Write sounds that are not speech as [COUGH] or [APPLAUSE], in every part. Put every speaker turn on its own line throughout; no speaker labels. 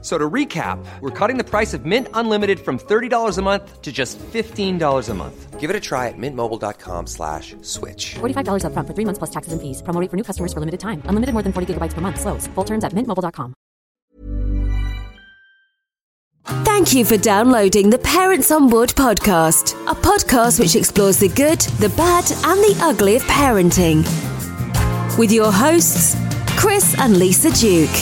So to recap, we're cutting the price of Mint Unlimited from $30 a month to just $15 a month. Give it a try at mintmobile.com slash switch.
$45 upfront for three months plus taxes and fees. Promo rate for new customers for limited time. Unlimited more than 40 gigabytes per month. Slows. Full terms at mintmobile.com.
Thank you for downloading the Parents on Board podcast, a podcast which explores the good, the bad, and the ugly of parenting. With your hosts, Chris and Lisa Duke.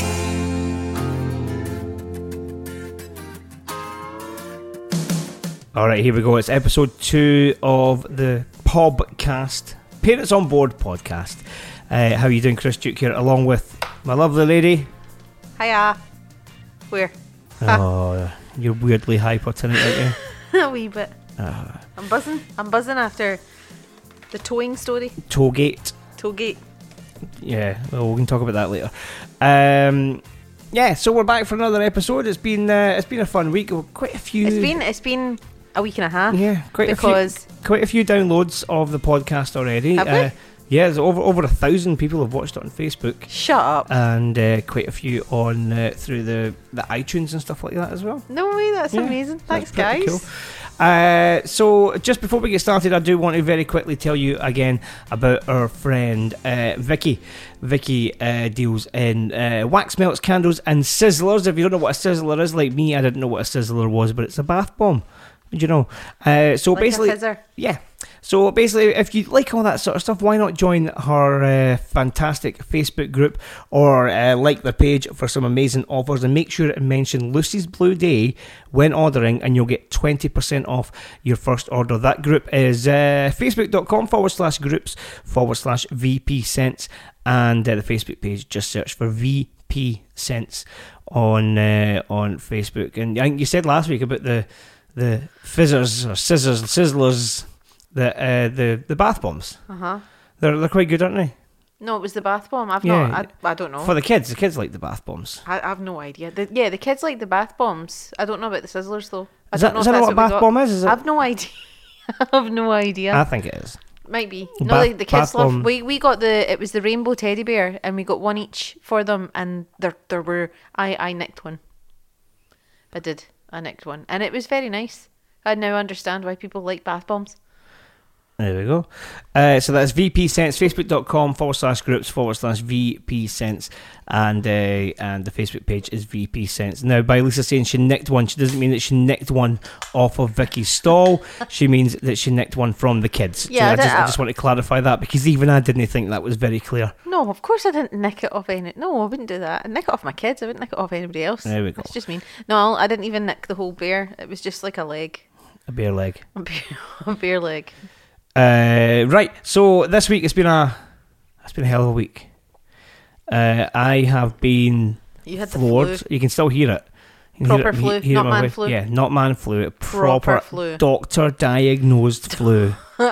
All right, here we go. It's episode two of the podcast, Parents on Board podcast. Uh, how you doing, Chris Duke here, along with my lovely lady?
Hiya. Where? [LAUGHS]
Oh, you're weirdly hyper tonight, [LAUGHS] aren't
A wee bit.
Uh-huh.
I'm buzzing. I'm buzzing after the towing story.
you? Tollgate.
Tollgate.
Yeah, well, we can talk about that later. Um, yeah, so we're back for another episode. It's been uh, it's been a fun week. Quite a few.
It's been it's been a week and a half.
Yeah, quite a
because
few, quite a few downloads of the podcast already.
Have we?
uh, yeah, there's over over a thousand people have watched it on Facebook.
shut up.
and uh, quite a few on uh, through the, the iTunes and stuff like that as well.
no way. That's
Yeah,
amazing.
that's
Thanks,
pretty
guys.
cool. Uh, so, just before we get started, I do want to very quickly tell you again about our friend uh, Vicky. Vicky uh, deals in uh, wax melts, candles, and sizzlers. If you don't know what a sizzler is, like me, I didn't know what a sizzler was, but it's a bath bomb. Did you know? Uh, so
Like a
basically,
fizzer.
yeah. So basically, if you like all that sort of stuff, why not join her uh, fantastic Facebook group or uh, like the page for some amazing offers and make sure and mention Lucy's Blue Day when ordering and you'll get 20% off your first order. That group is uh, facebook.com forward slash groups forward slash VP Sense and uh, the Facebook page just search for VP Sense on uh, on Facebook. And I think you said last week about the the fizzers or scissors sizzlers the uh, the the bath bombs.
Uh huh.
They're they're quite good, aren't they?
No, it was the bath bomb. I've
Yeah.
not. I, I don't know.
For the kids, the kids like the bath bombs.
I, I have no idea. The, yeah, the kids like the bath bombs. I don't know about the sizzlers though. I
Is
don't
that-
know
is that
if that's
what a
we
bath
got.
bomb is? Is it-
I've no idea. [LAUGHS] I've no idea.
I think it is.
Might be. No,
Bath-
the, the
bath
kids love.
bomb.
We we got the it was the rainbow teddy bear, and we got one each for them, and there there were I I nicked one. I did. I nicked one, and it was very nice. I now understand why people like bath bombs.
There we go. Uh, so that's VP Sense, facebook.com forward slash groups forward slash VP Sense. And uh, and the Facebook page is VP Sense. Now, by Lisa saying she nicked one, she doesn't mean that she nicked one off of Vicky's
[LAUGHS]
stall. she means that she nicked one from the kids.
Yeah,
so I
I don't-
just, I just want to clarify that because even I didn't think that was very clear.
No, of course I didn't nick it off any. No, I wouldn't do that. I nick it off my kids. I wouldn't nick it off anybody else.
There we go.
That's just mean. No, I didn't even nick the whole bear. It was just like a leg, [LAUGHS]
A bare leg.
a bear, a bear leg.
Uh, right. So this week it's been a it's been a hell of a week. Uh, I have been
You had the
floored.
flu.
You can still hear it. You can
Proper
he-
flu,
it
not
in my
man
voice.
flu.
Yeah, not man flu. Proper,
Proper flu.
doctor diagnosed
[LAUGHS]
flu.
Do-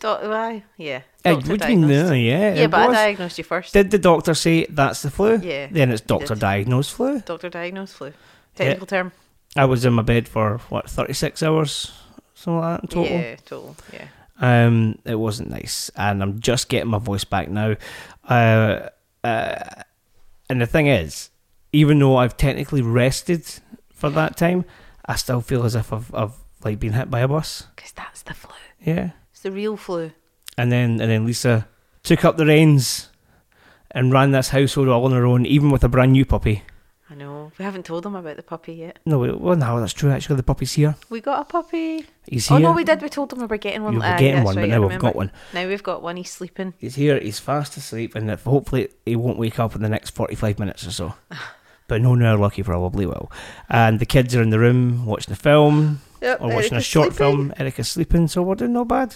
why? Yeah.
Uh,
Doctor
what do you mean,
diagnosed.
no, yeah,
Yeah,
it
but I
was.
diagnosed you first.
Did the doctor say that's the flu?
Yeah,
Then it's
he
doctor
did.
diagnosed flu.
Doctor diagnosed flu. Technical term.
I was in my bed for what thirty six hours, something like that in total.
Yeah, total. Yeah.
Um, it wasn't nice, and I'm just getting my voice back now. Uh, uh, and the thing is, even though I've technically rested for that time, I still feel as if I've, I've like been hit by a bus.
Because that's the flu.
Yeah,
It's the real flu.
and then and then Lisa took up the reins and ran this household all on her own, even with a brand new puppy.
I know. We haven't told them about the puppy yet.
No, wait, well, no, that's true. Actually, the puppy's here.
We got a puppy.
He's
Oh
here.
no, we did. We told them we were getting one.
You were
Ah,
getting
that's
one, but
right, I
now we've got
remember.
one.
Now we've got one. He's sleeping.
He's here, he's fast asleep, and if, hopefully he won't wake up in the next 45 minutes or
[SIGHS]
so. But no, no, lucky probably will. And the kids are in the room watching a film
Yep,
or watching a
Erica's
short
sleeping.
film. Erica's sleeping, so we're doing no bad.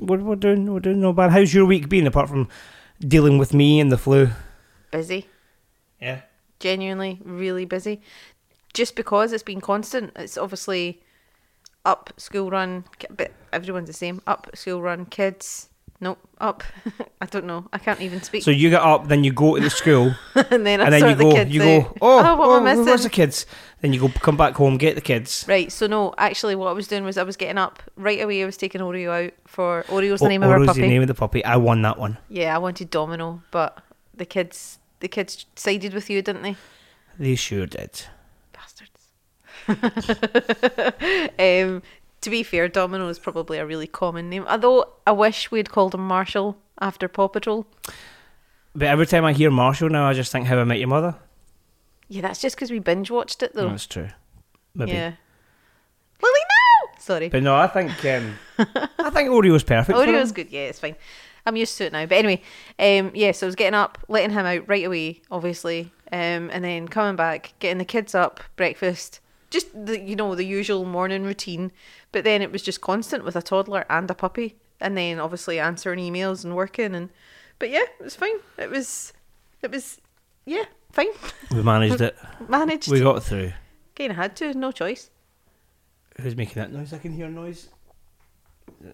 We're, we're doing we're doing no bad. How's your week been apart from dealing with me and the flu?
Busy.
Yeah.
Genuinely, really busy. Just because it's been constant. It's obviously up school run. ki- But everyone's the same. Up school run. Kids. Nope. Up. [LAUGHS] I don't know. I can't even speak.
So you get up, then you go to the school,
[LAUGHS] and then I
and then
sort
you
the
go,
kids
you
out.
go, oh,
what
oh,
am I
where's the
missing?
kids? Then you go, come back home, get the kids.
Right, so no, actually, what I was doing was I was getting up right away. I was taking Oreo out for Oreo's the
O-
name of our
Oro's
puppy.
the Oh, name of the puppy. I won that one.
Yeah, I wanted Domino, but the kids, the kids sided with you, didn't they?
They sure did.
bastards. [LAUGHS] um, to be fair, Domino is probably a really common name. Although I wish we'd called him Marshall after Paw Patrol.
But every time I hear Marshall now, I just think How I Met Your Mother.
Yeah, that's just because we binge watched it though.
That's true. Maybe.
Oh. yeah. Lily, no. Sorry.
But no, I think
[LAUGHS]
um, I think Oreo's perfect. for
Oreo's
him.
Oh, good. Yeah, it's fine. I'm used to it now. But anyway, um, yeah, so I was getting up, letting him out right away, obviously, um, and then coming back, getting the kids up, breakfast, just the you know the usual morning routine. But then it was just constant with a toddler and a puppy, and then obviously answering emails and working, and but yeah, it was fine. It was, it was, yeah, fine. [LAUGHS]
We managed it.
Managed.
We got through.
kind of had to, no choice.
Who's making that noise? I can hear a noise.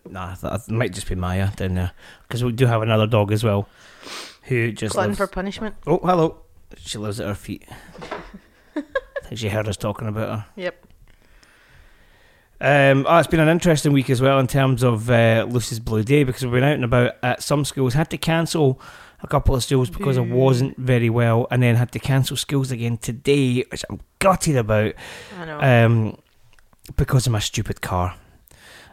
Nah, that that might just be Maya down there because we do have another dog as well, who just
Glutton
lives-
for punishment.
Oh, hello. She lives at her feet.
[LAUGHS]
I think she heard us talking about her.
Yep.
Um, oh, it's been an interesting week as well in terms of uh, Lucy's Blue Day because we've been out and about at some schools, had to cancel a couple of schools because I wasn't very well, and then had to cancel schools again today, which I'm gutted about
I know.
um, because of my stupid car.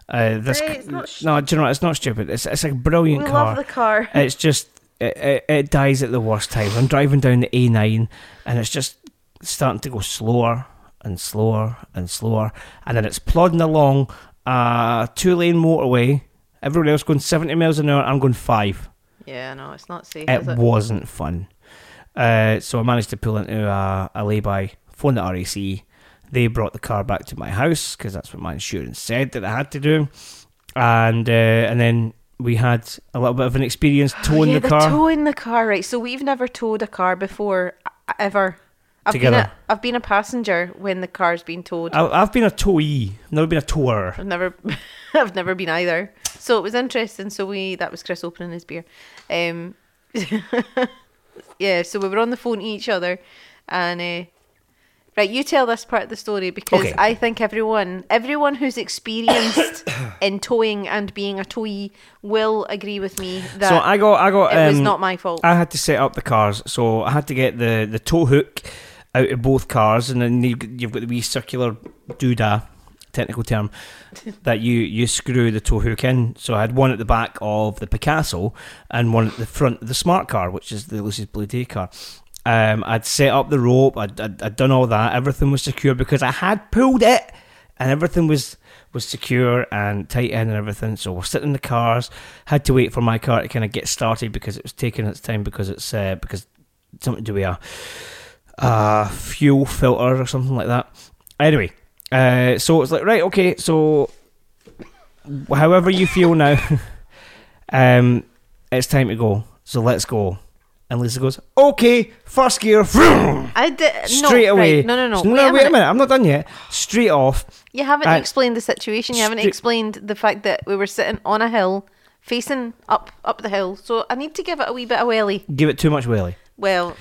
Uh, this
Hey,
c-
it's not
no, do you know what? It's not stupid. It's it's a brilliant
we
car.
love the car.
It's just it, it, it dies at the worst time. I'm driving down the A9 and it's just starting to go slower and slower and slower, and then it's plodding along a two-lane motorway. Everyone else going 70 miles an hour. I'm going five.
yeah, no, it's not safe.
It
is it?
wasn't fun. Uh, so I managed to pull into a, a lay-by, phone the RAC. E. They brought the car back to my house because that's what my insurance said that I had to do, and uh, and then we had a little bit of an experience
[GASPS]
towing
Oh, yeah,
the car.
Towing the car, right? So we've never towed a car before, e- ever. I've been
Together. Uh,
a, I've been a passenger when the car's been towed.
I- I've been a towee, never been a tower.
I've never, [LAUGHS] I've never been either. So it was interesting. So we that was Chris opening his beer. Um, [LAUGHS] yeah. So we were on the phone to each other, and uh, right, you tell this part of the story because
Okay.
I think everyone, everyone who's experienced [COUGHS] in towing and being a towee, will agree with me that
So I got, I got.
it was
um,
not my fault.
I had to set up the cars, so I had to get the the tow hook out of both cars, and then you've, got- you've got the wee circular doodah, technical
[LAUGHS]
term, that you you screw the tow hook in. So I had one at the back of the Picasso and one at the front of the smart car, which is the Lucy's Blue Day car. Um, I'd set up the rope. I'd, I'd, I'd done all that. Everything was secure because I had pulled it, and everything was was secure and tight end and everything. So we're sitting in the cars. Had to wait for my car to kind of get started because it was taking its time because it's uh, because something to do with a, a fuel filter or something like that. Anyway, uh, so it's like right, okay, so however you feel now, [LAUGHS] um, it's time to go. So let's go. And Lisa goes, okay, first gear,
I did
straight
no,
away.
Right. No, no, no.
So,
wait, a minute.
I'm not done yet. Straight off.
You haven't
I-
explained the situation. You haven't
Stre-
explained the fact that we were sitting on a hill, facing up up the hill. So I need to give it a wee bit of welly.
Give it too much welly.
Well,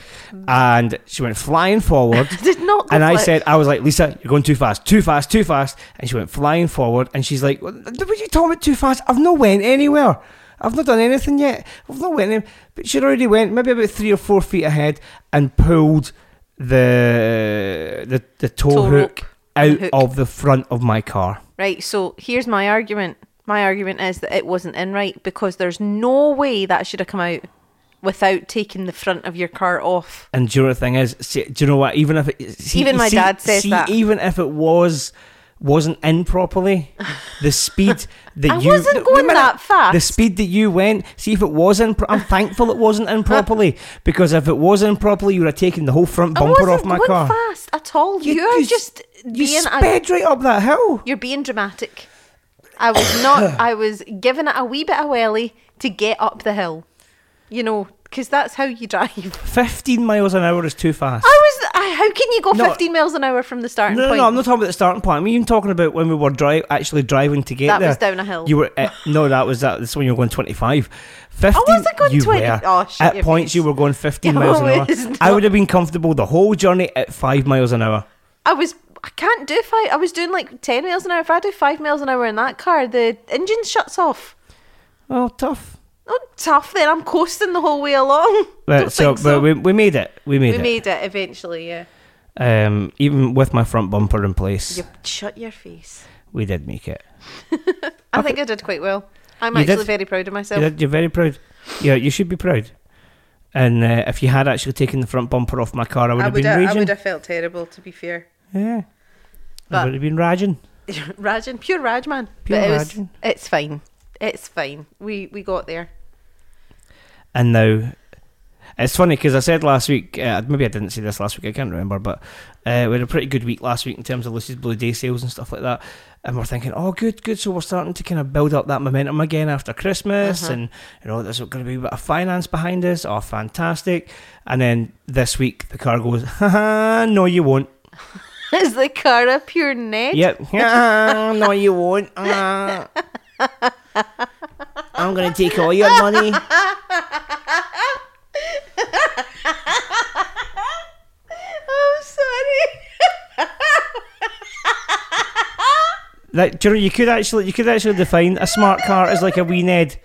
And she went flying forward.
Mm. [LAUGHS] did not.
And
look
I
like-
said, I was like, Lisa, you're going too fast, too fast, too fast. And she went flying forward, and she's like, "What what are you talking about too fast? I've not went anywhere. I've not done anything yet. I've not went in." But she already went maybe about three or four feet ahead and pulled the the the tow,
Tow
hook
rope.
out
Hook.
of the front of my car.
right. So here's my argument. My argument is that it wasn't in right because there's no way that should have come out without taking the front of your car off.
And do you know what the thing is? See, do you know what? Even if it, see,
Even my
see-
dad says
see,
that.
Even if it was wasn't in
[SIGHS]
properly, the speed that
I
you
wasn't
No, wait a
going
minute.
that fast.
The speed that you went. See if it was in. Pro- I'm thankful it wasn't
[LAUGHS]
in properly because if it was in properly, you would have taken the whole front
I
bumper
wasn't
off my
going
car.
fast at all. You, are
you s-
just
you
being a
sped right up that hill.
You're being dramatic. I
[COUGHS]
was not. I was giving it a wee bit of welly to get up the hill. You know, because that's how you drive.
[LAUGHS] Fifteen miles an hour is too fast.
I was. I, how can you go
No.
15 miles an hour from the starting
No, no,
point?
no, I'm not talking about the starting point. I'm even talking about when we were dri- actually driving to get
That
there.
was down a hill.
You were at, no, that was that. That's when you were going 25. 15,
I going
you
20?
Were.
Oh, shut
at
your
points
face.
you were going 15
[LAUGHS] No,
miles an hour.
it's
I
not.
would have been comfortable the whole journey at five miles an hour.
I was. I can't do five. I was doing like 10 miles an hour. If I do five miles an hour in that car, the engine shuts off.
Oh, tough.
Not tough then. I'm coasting the whole way along. [LAUGHS]
Right,
Don't
so,
think so.
but we, we made it. We made
we
it.
made it eventually, yeah.
um, even with my front bumper in place,
You shut your face.
we did make it.
I think I did quite well. I'm
You
actually
did?
very proud of myself.
You're, you're very proud. Yeah, you should be proud. And uh, if you had actually taken the front bumper off my car, I would
I
have
would
been
have, I
raging.
would have felt terrible, to be fair.
Yeah. I
But-
would have been raging.
[LAUGHS] Rajan, pure Rajman.
Pure
but it was,
Rajman.
It's fine. It's fine. We we got there. [LAUGHS]
And now, it's funny because I said last week, uh, maybe I didn't say this last week, I can't remember, but uh, we had a pretty good week last week in terms of Lucy's Blue Day sales and stuff like that. And we're thinking, oh, good, good. So we're starting to kind of build up that momentum again after Christmas, and you know, there's going to be a bit of finance behind us. Oh, fantastic! And then this week, the car goes, ha ha, no, you won't.
Is the car a pure net?
Yep. [LAUGHS] Ah, no, you won't. Ah. I'm going to take all your money.
I'm sorry.
Like, do you know, you could actually, you could actually define a smart car as like a wee Ned,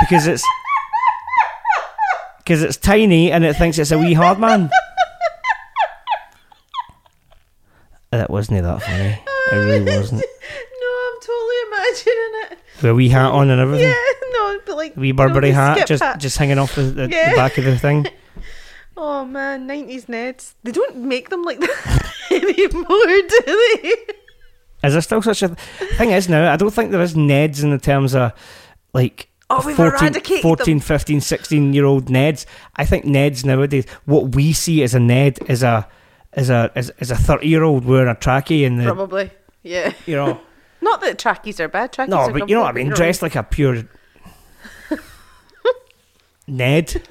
because it's because it's tiny and it thinks it's a wee hard man. That wasn't that funny. It
[LAUGHS]
really wasn't.
no, I'm totally imagining it. [LAUGHS]
With a wee hat on and everything.
Yeah, no, but like
Wee
you know,
Burberry
the
hat,
skip
just just hanging off the, the,
Yeah.
the back of the thing.
Oh man, nineties Neds. They don't make them like [LAUGHS] that anymore, do they?
[LAUGHS] Is there still such a th- thing is now? I don't think there is Neds in the terms of like
Oh, we've
14,
eradicated
14 15, 16 year old Neds. I think Neds nowadays, what we see as a Ned is a is a is, is a 30 year old wearing a trackie and the,
Probably. Yeah.
you
[LAUGHS]
know,
Not that trackies are bad. Trackies
no,
are
but you know what I mean?
completely
Dressed like a
[LAUGHS]
pure Ned.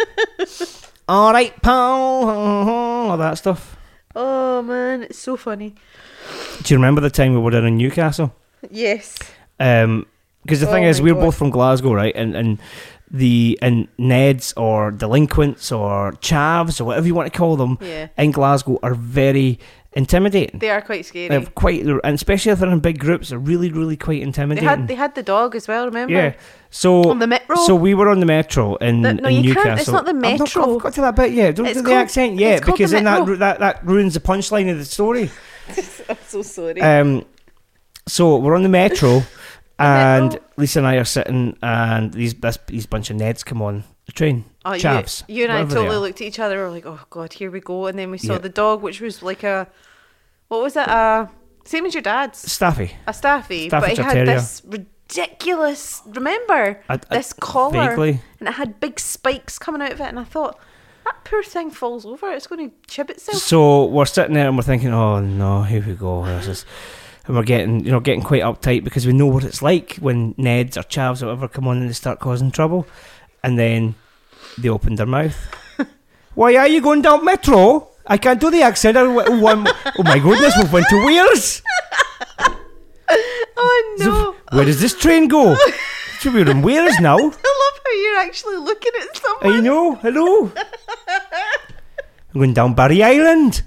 All right, pal. [LAUGHS] All that stuff.
wrong. Oh man, it's so funny.
Do you remember the time we were down in Newcastle?
Yes.
Um 'cause because the
Oh
thing is,
my
we're
God.
both from Glasgow, right? And and the and Neds or delinquents or chavs or whatever you want to call them
Yeah.
in Glasgow are very intimidating.
They are quite scary.
They're quite, and especially if they're in big groups, they're really, really quite
They
intimidating.
had they had the dog as well, remember?
yeah. So
On the metro?
So we were on the metro in,
The- no,
in
you
Newcastle.
can't- it's not the
I've not- I've
metro.
got to that bit yet. Don't
It's
do the
called-
accent
it's
yet
called the
because then that,
metro.
ru- that that ruins the punchline of the story.
I'm so sorry.
Um, so we're on the
[LAUGHS]
metro, and
Metro.
Lisa and I are sitting, and these this, these bunch of Neds come on the train.
Oh, you-
Chavs.
You, and I
whatever they
totally
are.
looked at each other. We're like, oh god, here we go. And then we saw
Yeah.
the dog, which was like a, what was it? Uh, same as your dad's,
Staffy.
a staffy, but it
Staffordshire
had
Terrier.
this ridiculous. Remember
I- I-
this collar,
vaguely.
and it had big spikes coming out of it. And I thought that poor thing falls over. It's going to chip itself.
So we're sitting there and we're thinking, oh no, here we go. This is, and we're getting you know getting quite uptight because we know what it's like when Neds or Chavs or whatever come on and they start causing trouble, and then they open their mouth.
[LAUGHS]
Why are you going down metro? I can't do the accent. I w- one- oh my goodness, we've went to Wales.
oh no!
Where does this train go? Should we in Wales now?
[LAUGHS] I love how you're actually looking at someone.
I know. Hello. I'm going down Barry Island.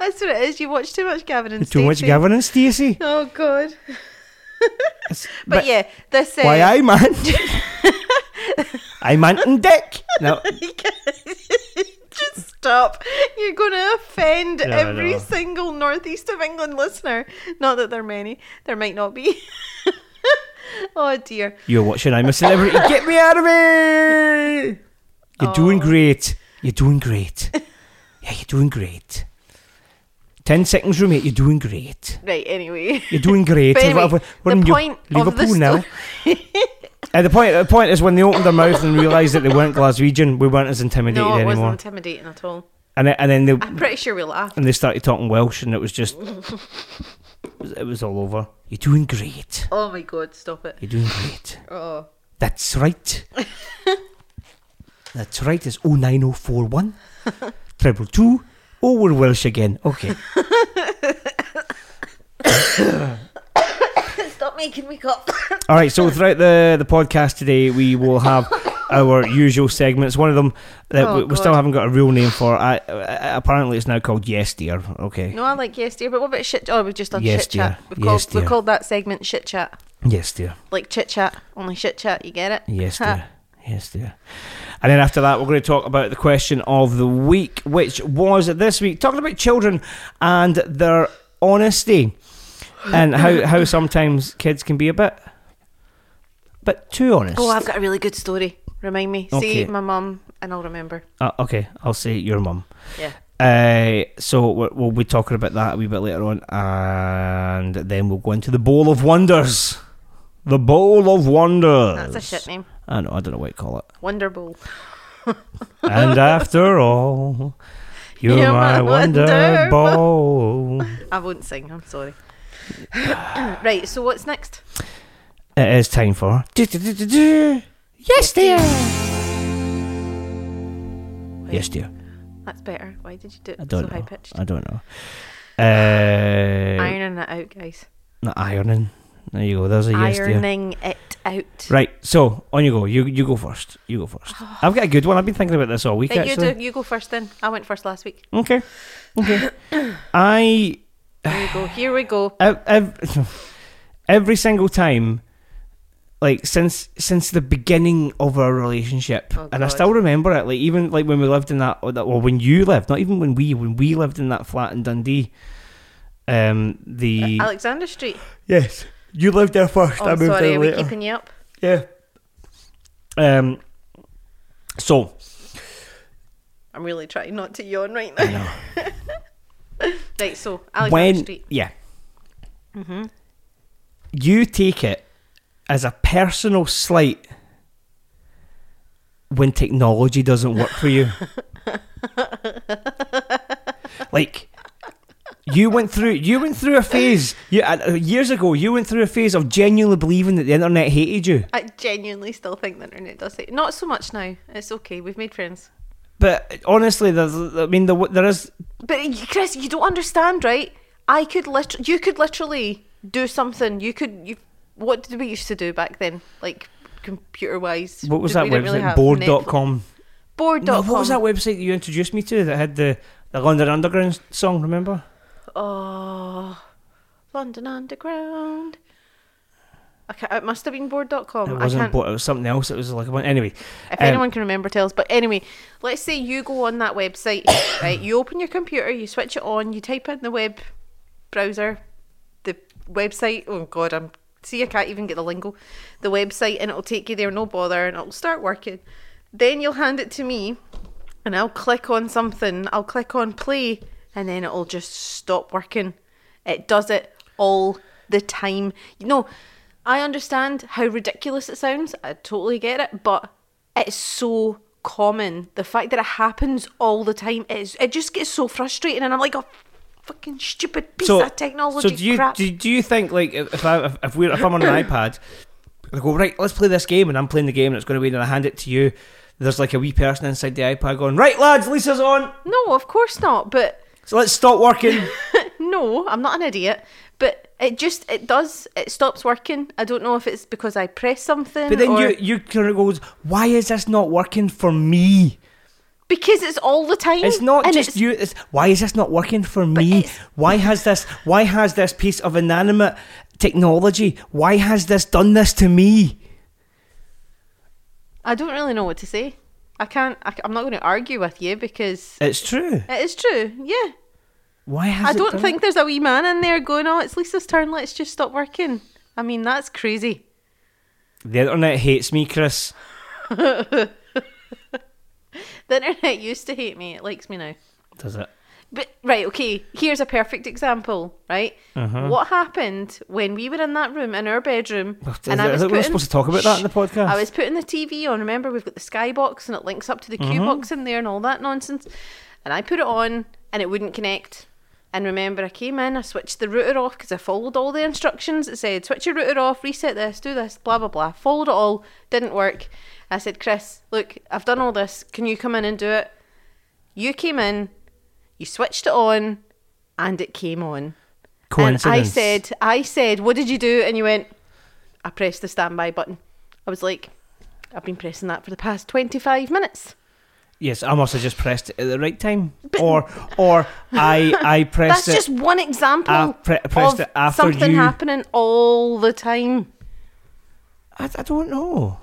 That's what it is. You watch too much Gavin and
Too much
Stacey.
Gavin and Stacey.
Oh god!
It's-
But, yeah, this. Uh,
Why I man? I'm Ant and Dick. No,
[LAUGHS] Just stop. You're going to offend
I
every
know.
single northeast of England listener. Not that there are many. There might not be. [LAUGHS] oh dear.
you're watching I'm a Celebrity. Get me out of here. You're doing
Oh.
great. You're doing great. Yeah, you're doing great. Ten seconds, roommate. You're doing great.
Right. Anyway.
You're doing great.
[LAUGHS] But anyway,
Whatever. We're
the
in Eu-
point of the
Liverpool now.
story.
At the point, the point is when they opened their mouth and realised that they weren't Glaswegian, we weren't as intimidated
[LAUGHS] no, it wasn't
anymore.
intimidating at all.
And then, and then they
I'm pretty sure we laughed.
and they started talking Welsh, and it was just it was, it was all over. You're doing great.
Oh my god! Stop it.
You're doing great.
Oh.
That's right.
[LAUGHS]
oh That's right. It's 09041 treble two Oh, we're Welsh again. Okay.
[COUGHS] Stop making me cough.
[COUGHS] All right, so throughout the, the podcast today, we will
[LAUGHS]
have our usual segments. One of them that
Oh,
we, we still
God.
haven't got a real name for. I, uh, apparently, it's now called Yes Dear. Okay.
no, I like yes dear, but what about shit? Oh, we've just done
Yes,
shit chat.
dear.
We've
Yes,
called we
dear.
called that segment shit chat,
Yes Dear.
like chit chat, only shit chat. You get it? [LAUGHS]
Yes
Ha.
Dear. Yes Dear. And then after that, we're going to talk about the question of the week, which was this week talking about children and their honesty and how, how sometimes kids can be a bit, bit too honest.
Oh, I've got a really good story. Remind me.
Okay.
See my mum, and I'll remember.
Uh, okay, I'll say your mum.
Yeah.
Uh, so we're, we'll be talking about that a wee bit later on, and then we'll go into the Bowl of Wonders. The Bowl of Wonders.
That's a shit name.
I know. I don't know what you call it.
Wonder Bowl.
and after all, you're,
You're
my,
my
wonder,
wonder
bowl.
I won't sing. I'm
[SIGHS]
sorry. right. So what's next?
it is Uh, time for. Yes, dear. Yes, dear.
That's better. Why did you do it
I don't
so high
know.
pitched?
I don't know. Uh,
Ironing it out, guys.
not ironing. There you go. There's a yes, dear.
Ironing it out.
Right, so on you go. You you go first. You go [SIGHS] first. I've got a good one. I've been thinking about this all week.
Right, you
actually.
do. You go first. Then I went first last week.
Okay. Okay. [COUGHS] I
Here we go. Here we go.
ev- ev- [SIGHS] every single time, like since since the beginning of our relationship,
Oh,
and I
God.
still remember it. Like even like when we lived in that, or that- or when you lived, not even when we when we lived in that flat in Dundee. Um, the
Alexander Street.
yes, you lived there first.
Uh, Oh, sorry. Are we keeping you up?
Yeah. Um. So.
I'm really trying not to yawn right now. [LAUGHS] right. So Alexander
when
Street.
yeah you take it as a personal slight when technology doesn't work for you like you went through you went through a phase you, uh, years ago you went through a phase of genuinely believing that the internet hated you
I genuinely still think the internet does it. Not so much now. It's okay. We've made friends.
but honestly there's i mean there, w- there is
But eh, you- Chris, you don't understand, right? I could literally, you could literally do something. You could, you. What did we used to do back then? Like computer wise.
what was that website board.com
Board.com.
No, what was that website that you introduced me to that had the, the London Underground song, remember?
Oh, London Underground. I can't, it must have been board.com.
It
I
wasn't
can't,
but it was something else. It was like a anyway.
if
um,
anyone can remember, tell us. But anyway, let's say you go on that website, [COUGHS] right? You open your computer, you switch it on, you type in the web browser, the website. Oh God, I'm see, I can't even get the lingo. The website, and it'll take you there, no bother, and it'll start working. Then you'll hand it to me, and I'll click on something. I'll click on play, and then it'll just stop working. It does it all the time. You know, I understand how ridiculous it sounds. I totally get it, but it's so common. The fact that it happens all the time is it just gets so frustrating, and I'm like, oh, fucking stupid piece of technology
So do you
crap.
do, do you think like if if I if, if we're if I'm on
[COUGHS]
an iPad, I go right, let's play this game, and I'm playing the game, and it's going to win, and I hand it to you. There's like a wee person inside the iPad going, right lads, Lisa's on,
no, of course not. But
so let's stop
[LAUGHS]
working.
no, I'm not an idiot. But it just it does it stops working. I don't know if it's because I press something.
But then
or-
you you kind of goes, why is this not working for me?
because it's all the time.
It's not
and
just
it's-
you. It's why is this not working for me?
it's-
Why has this? Why has this piece of inanimate technology? Why has this done this to me?
I don't really know what to say. I can't. I, am not going to argue with you because
It's true.
it is true. Yeah,
Why has
I
it
don't
done
think there's a wee man in there going, "Oh, it's Lisa's turn. Let's just stop working." I mean, that's crazy.
it? the internet hates me, Chris?
The internet used to hate me. It likes me now.
Does it?
But right, okay. Here's a perfect example. Right,
Uh-huh.
what happened when we were in that room in our bedroom?
is it- is it- we're not supposed to talk about that in the
Shh.
podcast.
I was putting the TV on. Remember, we've got the Skybox and it links up to
Mm-hmm.
the Q box in there and all that nonsense. And I put it on and it wouldn't connect. And remember, I came in, I switched the router off because I followed all the instructions. It said switch your router off, reset this, do this, blah blah blah. Followed it all, didn't work. I said, Chris, look, I've done all this. Can you come in and do it? You came in, You switched it on, and it came on. And
Coincidence.
I said, I said, what did you do? And you went, I pressed the standby button. I was like, I've been pressing that for the past 25 minutes.
Yes, I must have just pressed it at the right time, or or I I pressed
[LAUGHS] That's
it.
just one
I
example
pre- pressed
of
it after
something
you-
happening all the time.
I, I don't know.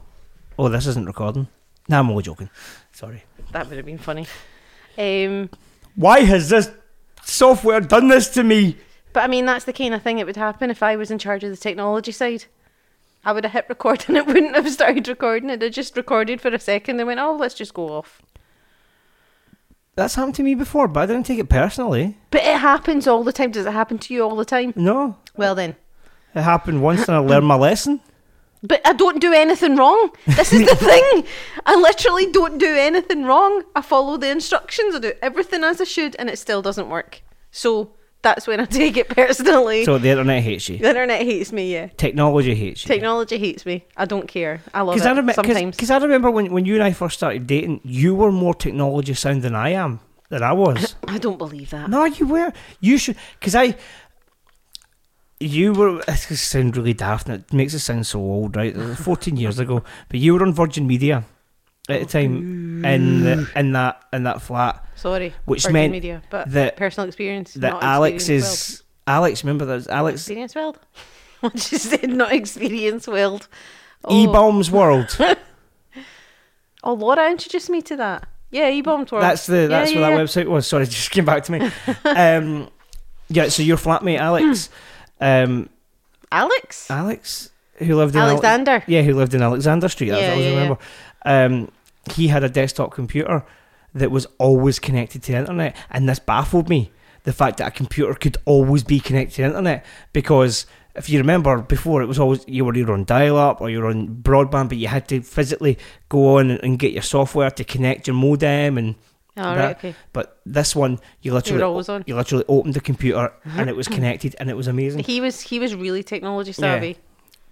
Oh, this isn't recording. Nah, I'm only joking. Sorry.
That would have been funny. Um,
Why has this software done this to me?
but I mean, that's the kind of thing that would happen if I was in charge of the technology side. I would have hit record [LAUGHS] and it wouldn't have started recording. It had just recorded for a second and went, oh, let's just go off.
That's happened to me before, but I didn't take it personally.
But it happens all the time. Does it happen to you all the time?
No,
Well, then.
it happened once, and I learned my lesson.
But I don't do anything wrong. This
[LAUGHS]
is the thing. I literally don't do anything wrong. I follow the instructions. I do everything as I should, and it still doesn't work. So that's when I [LAUGHS] take it personally.
So the internet hates you.
the internet hates me. Yeah,
Technology hates you.
technology hates me. I don't care. I love it
I, remem- 'cause-
sometimes.
'cause I remember when, when you and I first started dating, you were more technology sound than I am, than I was.
I don't believe
[CLEARS THROAT]
that.
no, you were. You should, because I, you were, this is sound really daft and it makes it sound so old, right? It [LAUGHS] was 14 years ago, but you were on Virgin Media at the time in, the, in, that, in that flat.
Sorry.
Which
Virgin
meant
media, but
that-
personal experience.
That
not
Alex
experience
is, Alex, remember that was
world.
Alex
experience world. [LAUGHS] I just said not experience world.
E Bombs World.
Oh, Laura introduced me to that. Yeah, e bombed world.
That's the
Yeah,
that's
yeah,
where
yeah.
that website was. Sorry, it just came back to me. [LAUGHS] um, yeah, so your flatmate
[CLEARS THROAT]
Alex, um,
Alex.
Uh. Alex, who lived in Ale-
Alexander.
yeah, who lived in Alexander Street. That's
Yeah,
what I always
yeah, yeah.
remember. Um, he had a desktop computer that was always connected to the internet, and this baffled me. The fact that a computer could always be connected to the internet, because if you remember before, it was always you were either on dial-up or you were on broadband, but you had to physically go on and get your software to connect your modem and that-
All Oh, right. Okay.
but this one, you literally
always on.
you literally opened the computer and
[LAUGHS]
it was connected and it was amazing.
He was he was really technology
Yeah.
savvy.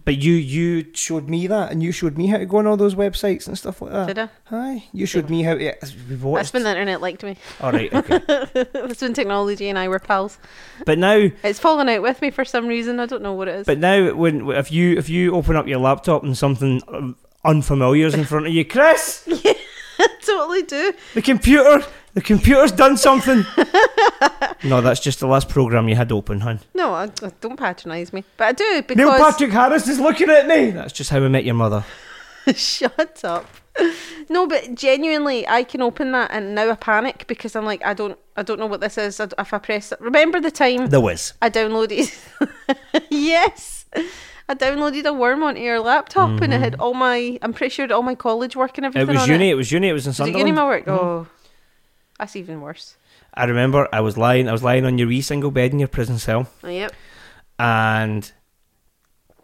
But you you showed me that and you showed me how to go on all those websites and stuff like that.
Did I?
Hi, you showed me how. Yeah, we've watched.
That's when the internet liked me. [LAUGHS]
All right, okay.
That's when technology and I were pals.
but now,
It's fallen out with me for some reason. I don't know what it is.
but now, when if you if you open up your laptop and something um, unfamiliar is in front of you, Chris,
[LAUGHS] totally do.
the computer, the computer's done
[LAUGHS]
something. no, that's just the last program you had open, hun.
No, I, I- don't patronise me. But I do
Neil
because.
Patrick Harris is looking at me. That's just how I met your mother.
[LAUGHS] shut up. No, but genuinely, I can open that and now I panic because I'm like, I don't, I don't know what this is. I d if I press, remember the time
The whiz.
I downloaded. [LAUGHS] yes, I downloaded a worm onto your laptop and it had all my. I'm pretty sure it had all my college work and
Mm-hmm. It
everything.
was
on
uni.
It.
It was uni. It was in
Was it
Sunderland. Mm-hmm.
uni my work? Oh, that's even worse.
I remember I was lying. I was lying on your wee single bed in your prison cell,
Oh, yep.
and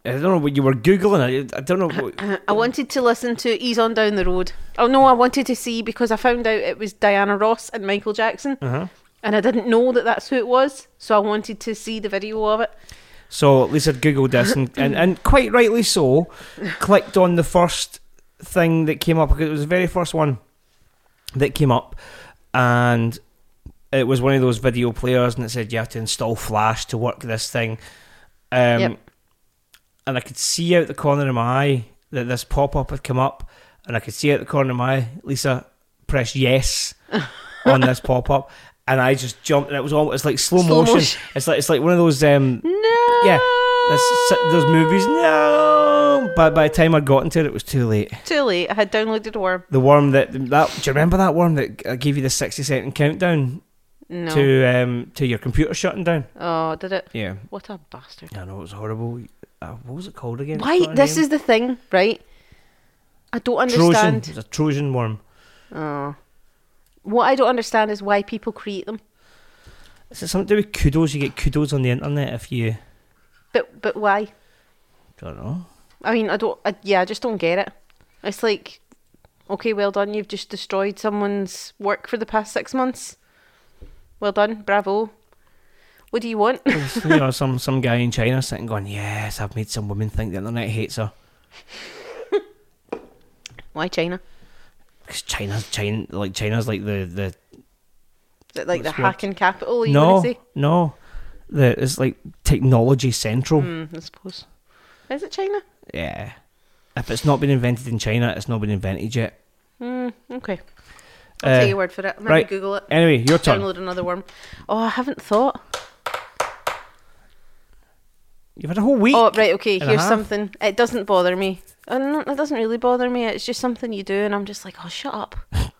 I don't know what you were googling. I, I don't know.
[LAUGHS]
What,
Uh, I wanted to listen to Ease On Down the Road. Oh no, I wanted to see because I found out it was Diana Ross and Michael Jackson,
Uh-huh.
and I didn't know that that's who it was. So I wanted to see the video of it.
so Lisa googled this, and, and and quite rightly so, clicked on the first thing that came up because it was the very first one that came up, and it was one of those video players, and it said you have to install Flash to work this thing. Um,
Yep.
and I could see out the corner of my eye that this pop up had come up, and I could see out the corner of my eye, Lisa pressed
[LAUGHS]
yes on this pop up, and I just jumped, and it was all it's like slow,
Slow
motion.
motion.
It's like it's like one of those um
No.
yeah that's, those movies no, but by the time I'd gotten to it, it was too late.
Too late. I had downloaded a worm.
The worm that that do you remember that worm that g- uh, gave you the sixty second countdown
No.
to um to your computer shutting down?
Oh, did it?
Yeah,
What a bastard.
I know it was horrible. Uh, what was it called again? It's
Why?
got a
This
name.
is the thing, right? I don't
Trojan.
understand.
It was a Trojan worm.
What I don't understand is why people create them.
Is it something to do with kudos? You get kudos on the internet if you.
But but why?
don't know.
I mean, I don't. I, yeah, I just don't get it. It's like, okay, well done. You've just destroyed someone's work for the past six months. Well done, bravo. What do
[COUGHS]
you want?
you know, some, some guy in China sitting going, Yes, I've made some woman think the internet hates her.
why China?
Because China's, China, like, China's like the, the
That like the
What's what?
hacking capital. You
no,
want to say?
no. The, it's like technology central.
Mm, I suppose. Is it China?
Yeah. If it's not been invented in China, it's not been invented yet. Uh,
Okay. I'll take your word for it. Let
right.
me Google it.
Anyway, your turn.
Download another worm. Oh, I haven't thought.
You've had a whole week.
Oh, right, okay.
and a
Here's
half.
something. It doesn't bother me. Uh, no, it doesn't really bother me. It's just something you do, and I'm just like, oh, shut up. [LAUGHS]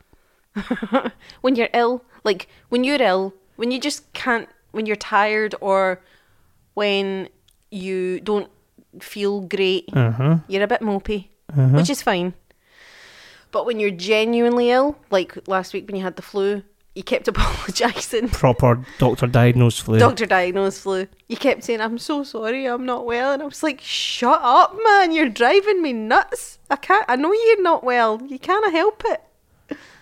when you're ill, like when you're ill, when you just can't, when you're tired, or when you don't feel great, you're a bit mopey, which is fine. But when you're genuinely ill, like last week when you had the flu, you kept [LAUGHS] apologising.
Proper doctor diagnosed flu.
Doctor diagnosed flu. You kept saying, I'm so sorry, I'm not well. And I was like, shut up, man. You're driving me nuts. I can't, I know you're not well. You can't help it.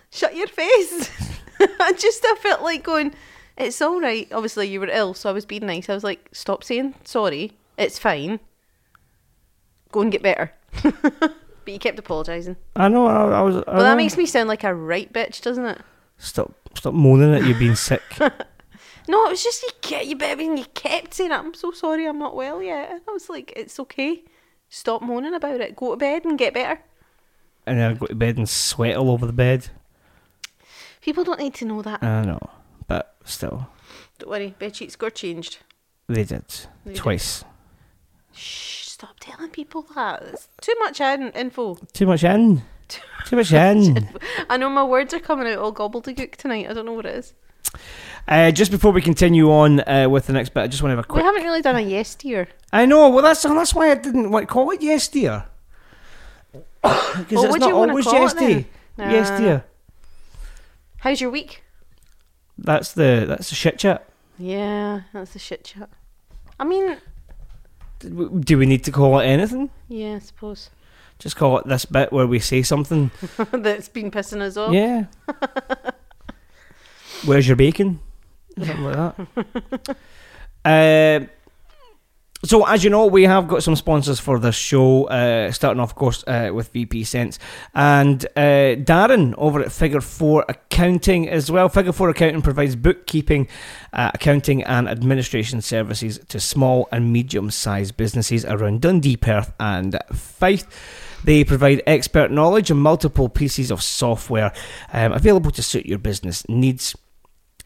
Shut your face. [LAUGHS] I just, I felt like going, it's all right. Obviously, you were ill, so I was being nice. I was like, stop saying sorry. It's fine. Go and get better. [LAUGHS] but you kept apologising.
I know. I, I was. I
Well, that
know.
makes me sound like a right bitch, doesn't it?
Stop. Stop moaning that you've been
[LAUGHS]
sick.
No, it was just you kept you better you kept saying I'm so sorry, I'm not well yet. And I was like, It's okay. Stop moaning about it. Go to bed and get better.
and then I go to bed and sweat all over the bed.
People don't need to know that.
I know. But still,
Don't worry, bed sheets got changed.
they did.
did.
Twice.
Shh, stop telling people that. It's too much in- info. [LAUGHS]
Too much in. Too much in.
I know my words are coming out all gobbledygook tonight. I don't know what it is.
Uh, just before we continue on uh, with the next bit, I just want to have a
We
quick.
haven't really done a yes dear.
I know. Well, that's that's why I didn't like call it yes, [COUGHS] dear. Because
Well,
it's
what do
not
you wanna
always
call
yes,
it then?
dear. Yes,
Nah.
dear.
How's your week?
That's the that's the shit chat.
Yeah, that's a shit chat. I mean,
W- Do we need to call it anything?
yeah, I suppose.
Just call it this bit where we say something.
[LAUGHS] That's been pissing us off.
Yeah. Where's your bacon? Something like that. Um so, as you know, we have got some sponsors for this show, uh, starting off, of course, uh, with VP Sense. And uh, Darren over at Figure 4 Accounting as well. Figure 4 Accounting provides bookkeeping, uh, accounting, and administration services to small and medium sized businesses around Dundee, Perth, and Fife. They provide expert knowledge and multiple pieces of software um, available to suit your business needs.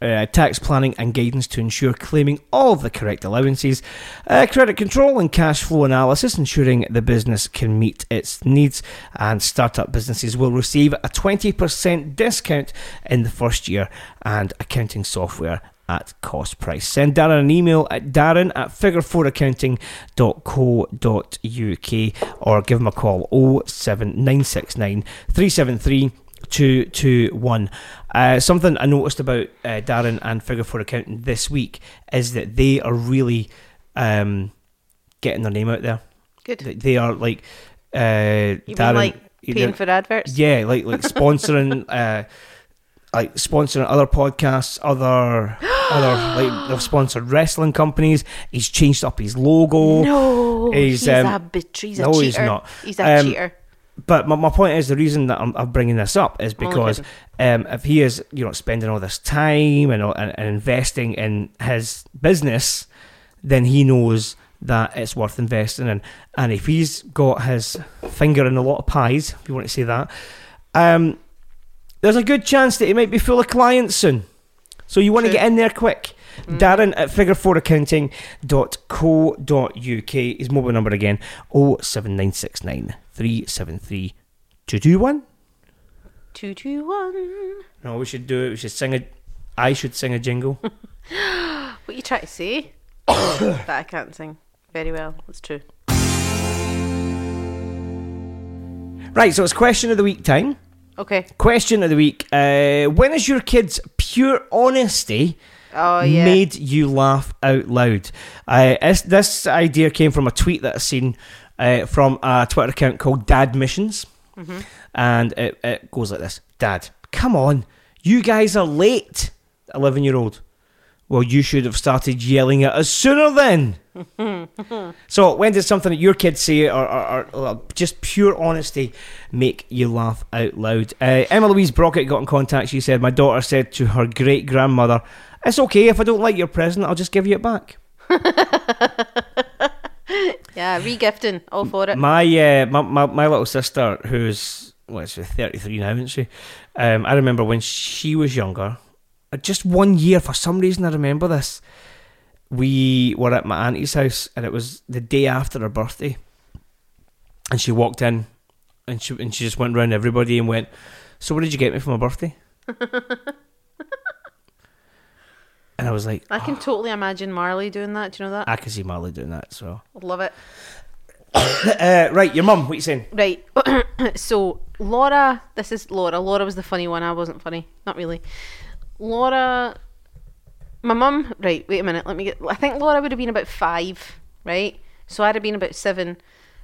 Uh, tax planning and guidance to ensure claiming all of the correct allowances, uh, credit control and cash flow analysis, ensuring the business can meet its needs, and startup businesses will receive a 20% discount in the first year and accounting software at cost price. Send Darren an email at darren at figure4accounting.co.uk or give him a call 07969 373 221. Uh, something I noticed about uh, Darren and Figure 4 Accounting this week is that they are really um, getting their name out there.
Good.
They- They are like uh,
You've
Darren.
been like
they're-
paying for adverts.
yeah, like like
[LAUGHS]
sponsoring, uh, like sponsoring other podcasts,
[GASPS]
other other like they've sponsored wrestling companies. He's changed up his logo.
No,
He's,
he's,
um,
a bitch. He's a
no,
cheater.
he's not.
He's a
Um,
cheater.
But my, my point is the reason that I'm, I'm bringing this up
Oh,
is because um, if he is you know spending all this time and, all- and and investing in his business, then he knows that it's worth investing in. And if he's got his finger in a lot of pies, if you want to say that, um, there's a good chance that he might be full of clients soon. So you want to
True.
get in there quick. Darren at figure4accounting.co.uk. His mobile number again 07969 373 221.
Two, two, one.
No, we should do it. We should sing a. I should sing a jingle.
What you trying to say? [COUGHS] that I can't sing very well. That's true.
right, so it's question of the week time.
Okay.
Question of the week. Uh, when is your kid's pure honesty
Oh yeah.
made you laugh out loud. Uh, this, this idea came from a tweet that I seen uh, from a Twitter account called Dad Missions,
Mm-hmm.
and it, it goes like this: Dad, come on, you guys are late. Eleven year old, Well, you should have started yelling at us sooner then. so, when did something that your kids say, or, or, or, or just pure honesty, make you laugh out loud? Uh, Emma Louise Brockett got in contact. She said, My daughter said to her great grandmother, It's okay if I don't like your present, I'll just give you it back.
Yeah, regifting, all for it.
My, uh, my my my little sister, who's what's she, thirty three now, isn't she? Um, I remember when she was younger, uh, just one year for some reason. I remember this. We were at my auntie's house, and it was the day after her birthday. And she walked in, and she and she just went round everybody and went, "So what did you get me for my birthday?" and I was like,
I can totally imagine Marley doing that. Do you know that?
"I can see Marley doing that." So
I love it.
uh, right, your mum, what you saying?
Right. [COUGHS] so Laura, this is Laura. Laura was the funny one. I wasn't funny. Not really. Laura, my mum. Right. Wait a minute. Let me get. I think Laura would have been about five. Right. So I'd have been about seven,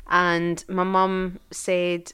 and my mum said,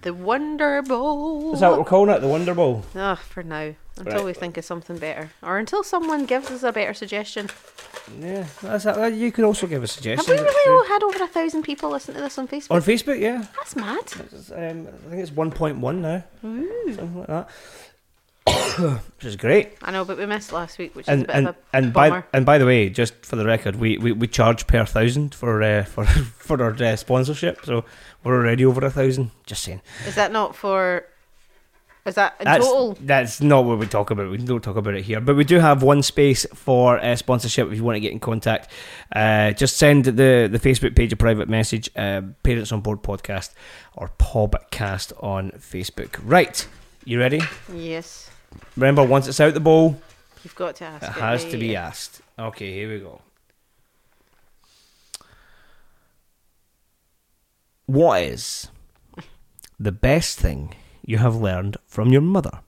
The Wonder Bowl.
Is that what we're calling it? The Wonder Bowl?
Ugh, for now. Until
Right.
we think of something better. Or until someone gives us a better suggestion.
Yeah. That's, that, you can also give us
Have
suggestions.
we really
actually.
all had over a thousand people listen to this on Facebook?
On Facebook, yeah.
That's mad.
It's, um, I think it's 1.1 now. Something like that. [COUGHS] which is great.
I know, but we missed last week, which is a
And
bit
and,
of a
and by
bummer.
and by the way, just for the record, we, we, we charge per thousand for uh, [LAUGHS] for for our uh, sponsorship. So we're already over a thousand. Just saying.
Is that not for? Is that in
That's
total?
that's not what we talk about. We don't talk about it here. But we do have one space for uh, sponsorship. If you want to get in contact, uh, just send the the Facebook page a private message. Uh, Parents on Board podcast or Pobcast on Facebook. Right. You ready?
Yes,
Remember, once it's out the bowl,
you've got to ask.
it has to be
right?
asked. Okay, here we go. What is the best thing you have learned from your mother?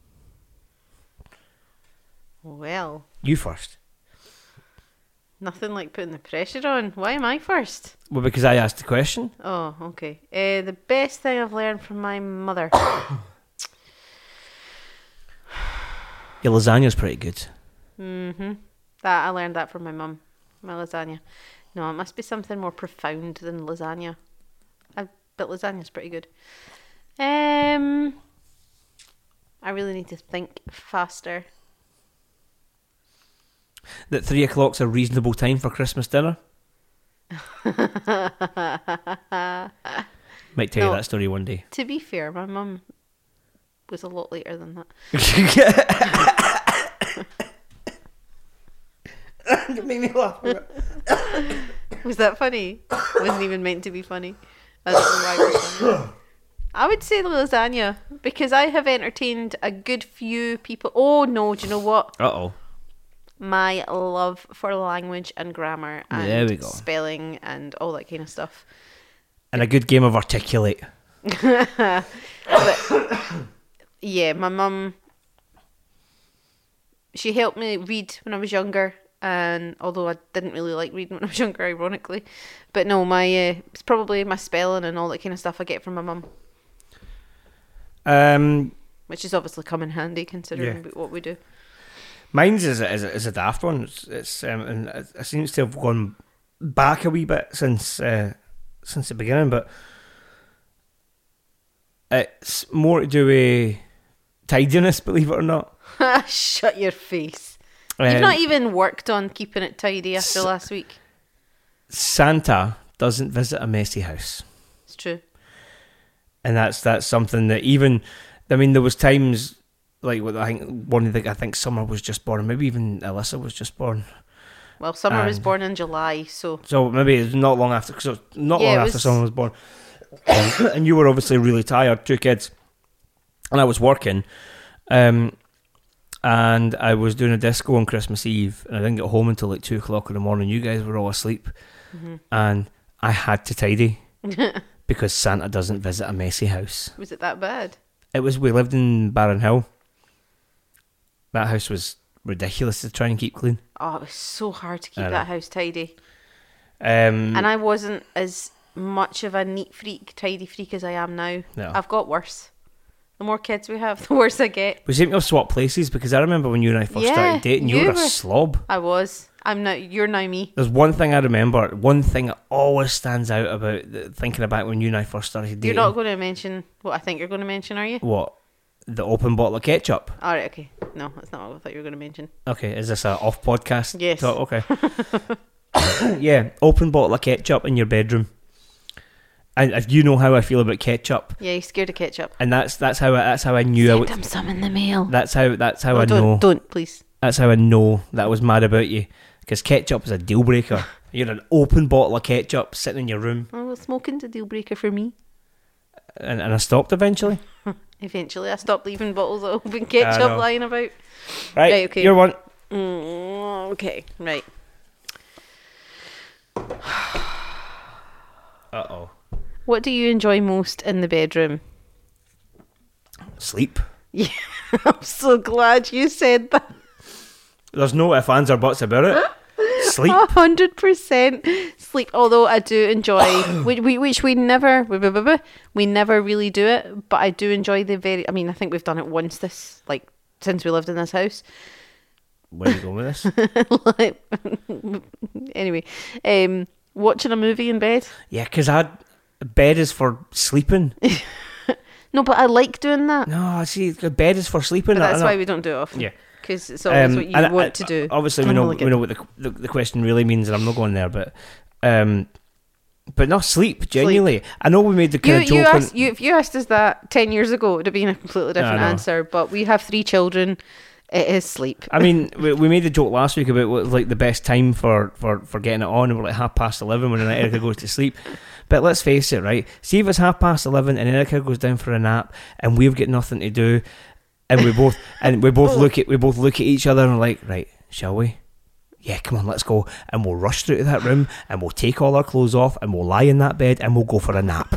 Well,
You first.
nothing like putting the pressure on. Why am I first?
Well, because I asked the question.
Oh, okay. Uh, the best thing I've learned from my mother. [COUGHS]
Your lasagna's pretty good.
mm-hmm. That I learned that from my mum. My lasagna. No, it must be something more profound than lasagna. I but lasagna's pretty good. Um, I really need to think faster. [LAUGHS]
That three o'clock's a reasonable time for Christmas dinner. Might tell
No.
you that story one day.
To be fair, my mum was a lot later
[LAUGHS]
than that. [COUGHS] Was that funny? Wasn't even meant to be funny. I don't know why it was funny. I would say the lasagna because I have entertained a good few people. Oh no, do you know what?
Uh oh.
My love for language and grammar and
There we go.
spelling and all that kind of stuff.
And a good game of articulate.
Yeah, my mum. She helped me read when I was younger, and although I didn't really like reading when I was [LAUGHS] younger, ironically, but no, my uh, it's probably my spelling and all that kind of stuff I get from my mum,
Um,
which is obviously come in handy considering
Yeah.
what we do. [LAUGHS]
Mine's is a, is a, is a daft one. It's, it's um, and it it seems to have gone back a wee bit since uh, since the beginning, but it's more to do with tidiness, [LAUGHS] believe it or not.
Shut your face.
Um,
You've not e- even worked on keeping it tidy after
S-
last week.
Santa doesn't visit a messy house,
It's true.
and that's that's something that even I mean there was times like what I think one of the I think Summer was just born, maybe even Alyssa was just born.
Well, Summer was born in July, so
So maybe it's not long after, cause it was not
Yeah,
long
it
after
was-
someone was born, [COUGHS] and you were obviously really tired, two kids, and I was working, um, and I was doing a disco on Christmas Eve, and I didn't get home until like two o'clock in the morning. You guys were all asleep,
Mm-hmm.
and I had to
[LAUGHS]
tidy because Santa doesn't visit a messy house.
was it that bad?
It was we lived in Barron Hill. That house was ridiculous to try and keep clean.
Oh, it was so hard to keep
I know.
that house tidy.
Um,
And I wasn't as much of a neat freak, tidy freak as I am now.
No.
I've got worse. The more kids we have, [LAUGHS] the worse I get.
We seem to have swapped places because I remember when you and I first
Yeah,
started dating, you,
you
were a
were-
slob.
I was. I'm now. You're now me.
There's one thing I remember, one thing that always stands out about th- thinking about when you and I first started
You're
dating.
not going to mention what I think you're going to mention, are you?
what? The open bottle of ketchup.
All right. Okay. No, that's not what I thought you were going to mention.
Okay, is this a off podcast?
Yes.
talk? Okay. [COUGHS]
[LAUGHS]
yeah, open bottle of ketchup in your bedroom. And if you know how I feel about ketchup,
Yeah, you're scared of ketchup.
and that's that's how I, that's how I knew I
Send
would.
them some in the mail.
That's how that's how
No,
I
don't,
know.
don't, please.
That's how I know that I was mad about you because ketchup is a deal breaker. [LAUGHS] You're an open bottle of ketchup sitting in your room,
Oh, well, smoking's a deal breaker for me.
and, and I stopped eventually.
Eventually, I stopped leaving bottles of open
know.
ketchup lying about.
Right,
Right, okay.
Your one.
Mm, okay, right.
Uh oh.
What do you enjoy most in the bedroom? [LAUGHS]
Sleep.
Yeah, I'm so glad you said that.
There's no ifs, ands, or buts about
[LAUGHS]
it. Sleep.
A hundred percent sleep. Although I do enjoy,
[COUGHS]
which we, which we never, we- we- we- we- we never really do it. But I do enjoy the very. I mean, I think we've done it once this, like, since we lived in this house. [LAUGHS]
Where are you going with this?
Anyway, um, watching a movie in bed.
Yeah, because I bed is for
[LAUGHS]
sleeping.
No, but I like doing that.
No, see, the bed is for sleeping.
But
I- I
that's
know.
why we don't do it often.
Yeah.
because it's always
Um,
what you
and I-
want
I-
to do.
Obviously, we
And I
know
like
we
it.
know what the, the the question really means, and I'm not going there, but. Um, but no, sleep, genuinely. I know we made the
You,
kind of
you
joke. on-
asked you, if you asked us that ten years ago, it would have been a completely different
know.
answer. But we have three children. It is sleep. [LAUGHS]
I mean, we, we made the joke last week about what was like the best time for, for, for getting it on, and we're like half past eleven when Erica goes to sleep. But let's face it, right? See if it's half past eleven and Erica goes down for a nap, and we've got nothing to do, and we both and we both look at we both look at each other and we're like, right, shall we? Yeah, come on, let's go. And we'll rush through to that room and we'll take all our clothes off and we'll lie in that bed and we'll go for a nap.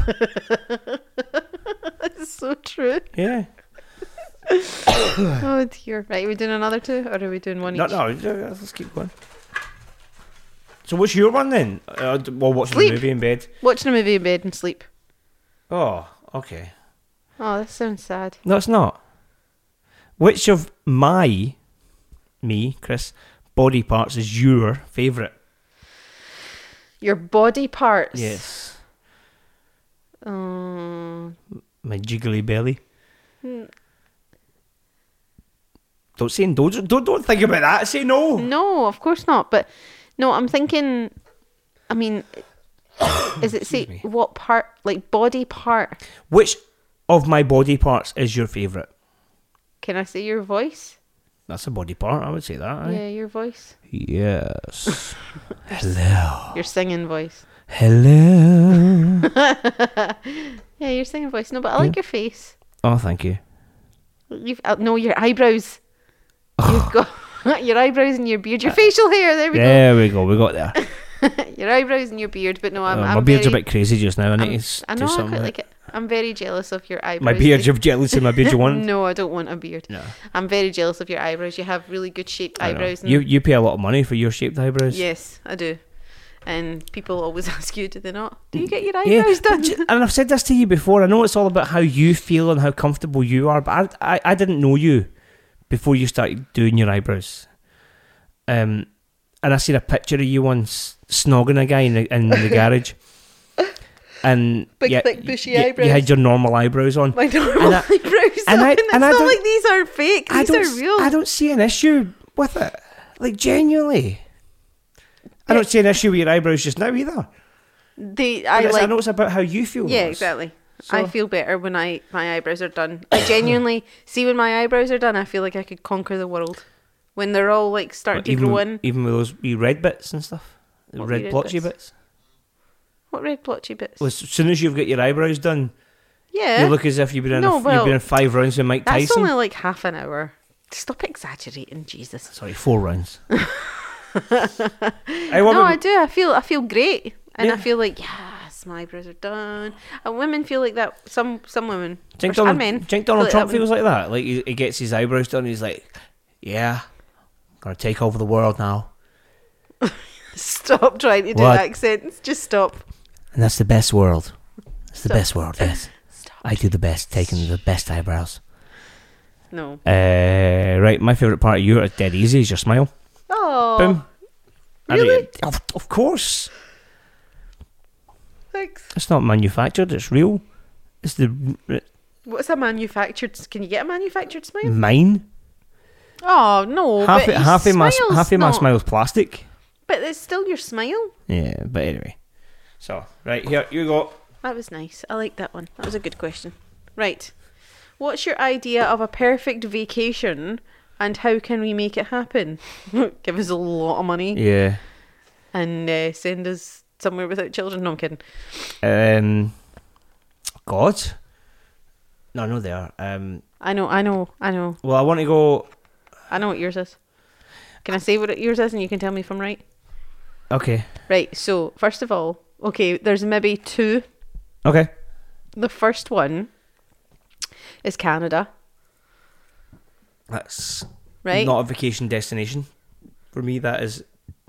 It's so true.
Yeah.
Oh dear. Right, are we doing another two, or are we doing one
No,
each?
no, let's keep going. So, what's your one then? Uh, well, watching
Sleep.
a movie in bed.
Watching a movie in bed and sleep.
Oh, okay.
Oh, that sounds sad.
No, it's not. Which of my, me, Chris, body parts is your favourite?
Your body parts.
Yes.
Um,
My jiggly belly.
Hmm.
Don't say no. Don't, don't don't think about that. Say no.
no, of course not. But no, I'm thinking. I mean, is it say
me.
what part? Like body part?
Which of my body parts is your favourite?
Can I say your voice?
That's a body part. I would say that. aye?
Yeah, your voice.
Yes.
[LAUGHS]
Hello.
Your singing voice.
Hello.
Yeah, your singing voice. No, but I like your face.
oh, thank you.
You've, uh, no, your
[SIGHS]
eyebrows. You've got [LAUGHS] your eyebrows and your beard,
Uh,
your facial hair. There we
There we go. We got there.
go. [LAUGHS] Your eyebrows and your beard. But no, I'm.
Uh,
I'm
my beard's
very-
a bit crazy just now. I need to s-
I
do
know I
something.
quite
with it.
like it. I'm very jealous of your eyebrows.
My beard, you've jealous of my beard. You want?
[LAUGHS] No, I don't want a beard.
No.
I'm very jealous of your eyebrows. You have really good shaped
I know.
eyebrows. and-
You you pay a lot of money for your shaped eyebrows.
Yes, I do. And people always [LAUGHS] ask you, do they not? Do you get your
Yeah,
eyebrows
but
done?
j- and I've said this to you before. I know it's all about how you feel and how comfortable you are, but I, I, I didn't know you before you started doing your eyebrows. Um, and I seen a picture of you once snogging a guy in the, in
[LAUGHS]
the garage, and
Big,
yeah,
thick, bushy
you-
eyebrows.
You had your normal eyebrows on.
[LAUGHS] My normal
And I-
eyebrows.
and
And
I-
it's
and I
not
don't-
like these are fake.
I
These
don't,
are
s-
real.
I don't see an issue with it. Like genuinely, I don't see an issue with your eyebrows just now either.
they, I
But it's-
like.
I know it's about how you feel.
yeah,
Ross.
exactly. I feel better when I [LAUGHS] my eyebrows are done. I genuinely see when my eyebrows are done. I feel like I could conquer the world. when they're all like starting
But
to grow in.
even e- with those wee red bits and stuff, the
What
red
wee red
blotchy
bits?
bits.
What red blotchy bits?
Well, as soon as you've got your eyebrows done,
yeah,
you look as if you've been in
Eh? No,
a,
well,
you've been in five rounds with Mike
that's
Tyson.
only like half an hour. Stop exaggerating, Jesus.
Sorry, four
[LAUGHS]
rounds. I want
no, I do. I feel I feel great, and I
Yeah.
feel like yes, my eyebrows are done. And women feel like that. Some some
Do
women
you
or
think
some
Donald,
men
do you think
feel
Donald
like
Trump
that when-
feels like that? Like he, he gets his eyebrows done. He's like, "Yeah, gonna take over the world now,
Stop trying to do
What?
accents. Just stop.
and that's the best world. It's the best world. Yes,
Stop.
I do the best, taking the best eyebrows.
No.
Uh, right, my favorite part of you at Dead Easy is your smile.
Oh,
Boom. I
Really?
mean, Of, of course,
thanks.
it's not manufactured. It's real. It's the
What's a manufactured? Can you get a manufactured smile?
mine.
Oh no!
Mm-hmm. Half
but
half of my s- half of my
not-
smile's plastic.
But it's still your smile.
Yeah, but anyway. So right here you go.
That was nice. I like that one. That was a good question. Right. What's your idea of a perfect vacation and how can we make it happen? [LAUGHS] Give us a lot of money
Yeah.
and uh, send us somewhere without children. No, I'm kidding.
Um, God. No, no, they are. Um,
I know, I know, I know.
well, I want to go.
I know what yours is. Can I say what it- yours is and you can tell me if I'm right?
Okay.
Right. So, first of all, okay, there's maybe two.
Okay.
The first one is Canada,
That's
right?
not a vacation destination. For me, that is.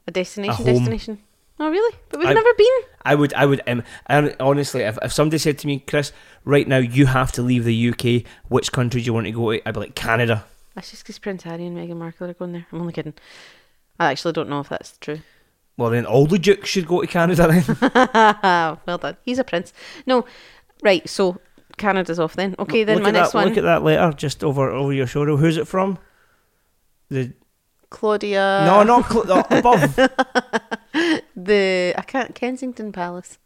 a destination,
home.
destination. Oh, really? But we've
I-
never been.
I would, I would, um, and honestly, if, if somebody said to me, Chris, right now you have to leave the UK, which country do you want to go to? I'd be like, Canada.
That's just because Prince Harry and Meghan Markle are going there. I'm only kidding. I actually don't know if that's true.
Well, then all the dukes should go to Canada
[LAUGHS]
then.
Ah, well done. He's a prince. No, right. So Canada's off then. Okay, then
look
my
at
next
that,
one,
Look at that letter just over over your shoulder. Who's it from? The
Claudia.
no, not cl-
[LAUGHS]
uh, above
the I can't Kensington Palace.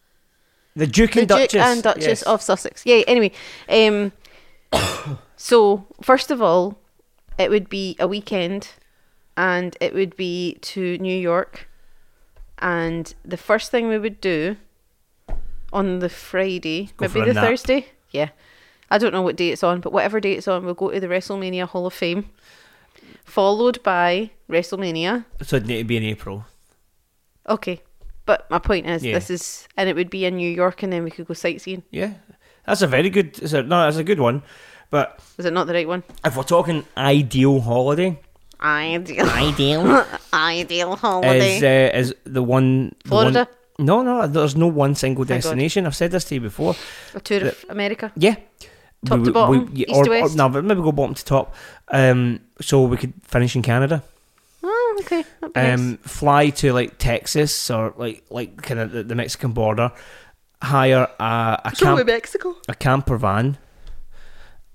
the Duke
The
and Duchess
Duke and Duchess
Yes.
of Sussex. Yeah. Anyway, um, [COUGHS] so first of all, it would be a weekend, and it would be to New York, and the first thing we would do on the Friday,
Go for
maybe
a
the
nap.
Thursday. Yeah, I don't know what day it's on, but whatever day it's on, we'll go to the WrestleMania Hall of Fame, followed by WrestleMania.
So it'd need to be in April.
Okay. But my point is,
Yeah.
this is, and it would be in New York, and then we could go sightseeing.
Yeah, that's a very good. It's a, no, that's a good one. But
Is it not the right one?
if we're talking ideal holiday,
Ideal,
ideal
[LAUGHS] ideal
is
holiday.
uh, is the one the one-
Florida?
no, no, there's no one single
Thank God.
destination. I've said this to you before.
a tour of America.
Yeah.
Top to bottom,
yeah,
east
or,
to
or-
west?
no, but maybe go bottom to top. Um, so we could finish in Canada.
Oh, okay. That'd be nice.
um, fly to like Texas or like like kind of the, the Mexican border, hire a, a,
So
camp,
Mexico.
a camper van,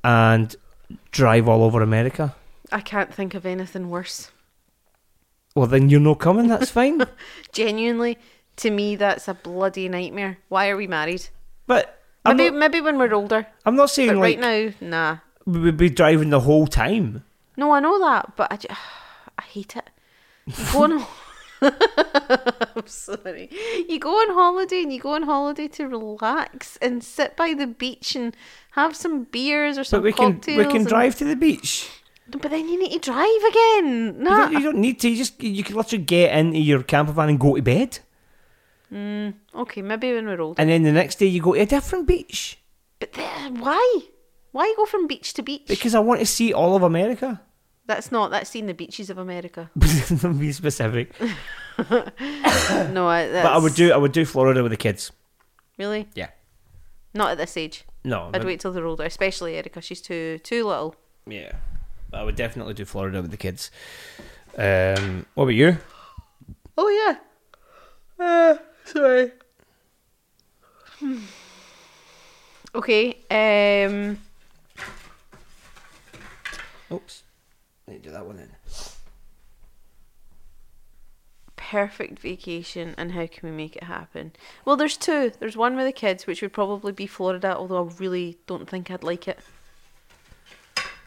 and drive all over America.
I can't think of anything worse.
Well, then you're not coming. That's
[LAUGHS]
fine.
Genuinely, to me, that's a bloody nightmare. Why are we married?
but I'm
Maybe,
not,
maybe when we're older.
I'm not saying
But
like
right now, nah.
we would be driving the whole time.
No, I know that, but I, ju- [SIGHS] I hate it. You
[LAUGHS]
go on. [LAUGHS] I'm sorry. You go on holiday and you go on holiday to relax and sit by the beach and have some beers or some
But we can
cocktails.
we can
and-
drive to the beach.
But then you need to drive again.
You
Nah.
don't, you don't need to. You just you can literally get into your camper van and go to bed,
Okay, maybe when we're older.
and then the next day you go to a different beach
But then, why? Why go from beach to beach?
because I want to see all of America. [LAUGHS]
that's not. That's seeing the beaches of America.
Be specific.
no, I, that's
But I would do I would do Florida with the kids.
really
Yeah.
not at this age.
Oh, No.
I'd wait till they're older, especially Erica. She's too too little.
Yeah. But I would definitely do Florida with the kids. Um, what about you?
Oh yeah. Uh, sorry. Okay. Um.
Oops. Need to do that one then.
Perfect vacation, and how can we make it happen? Well, there's two. There's one with the kids, which would probably be Florida, although I really don't think I'd like it.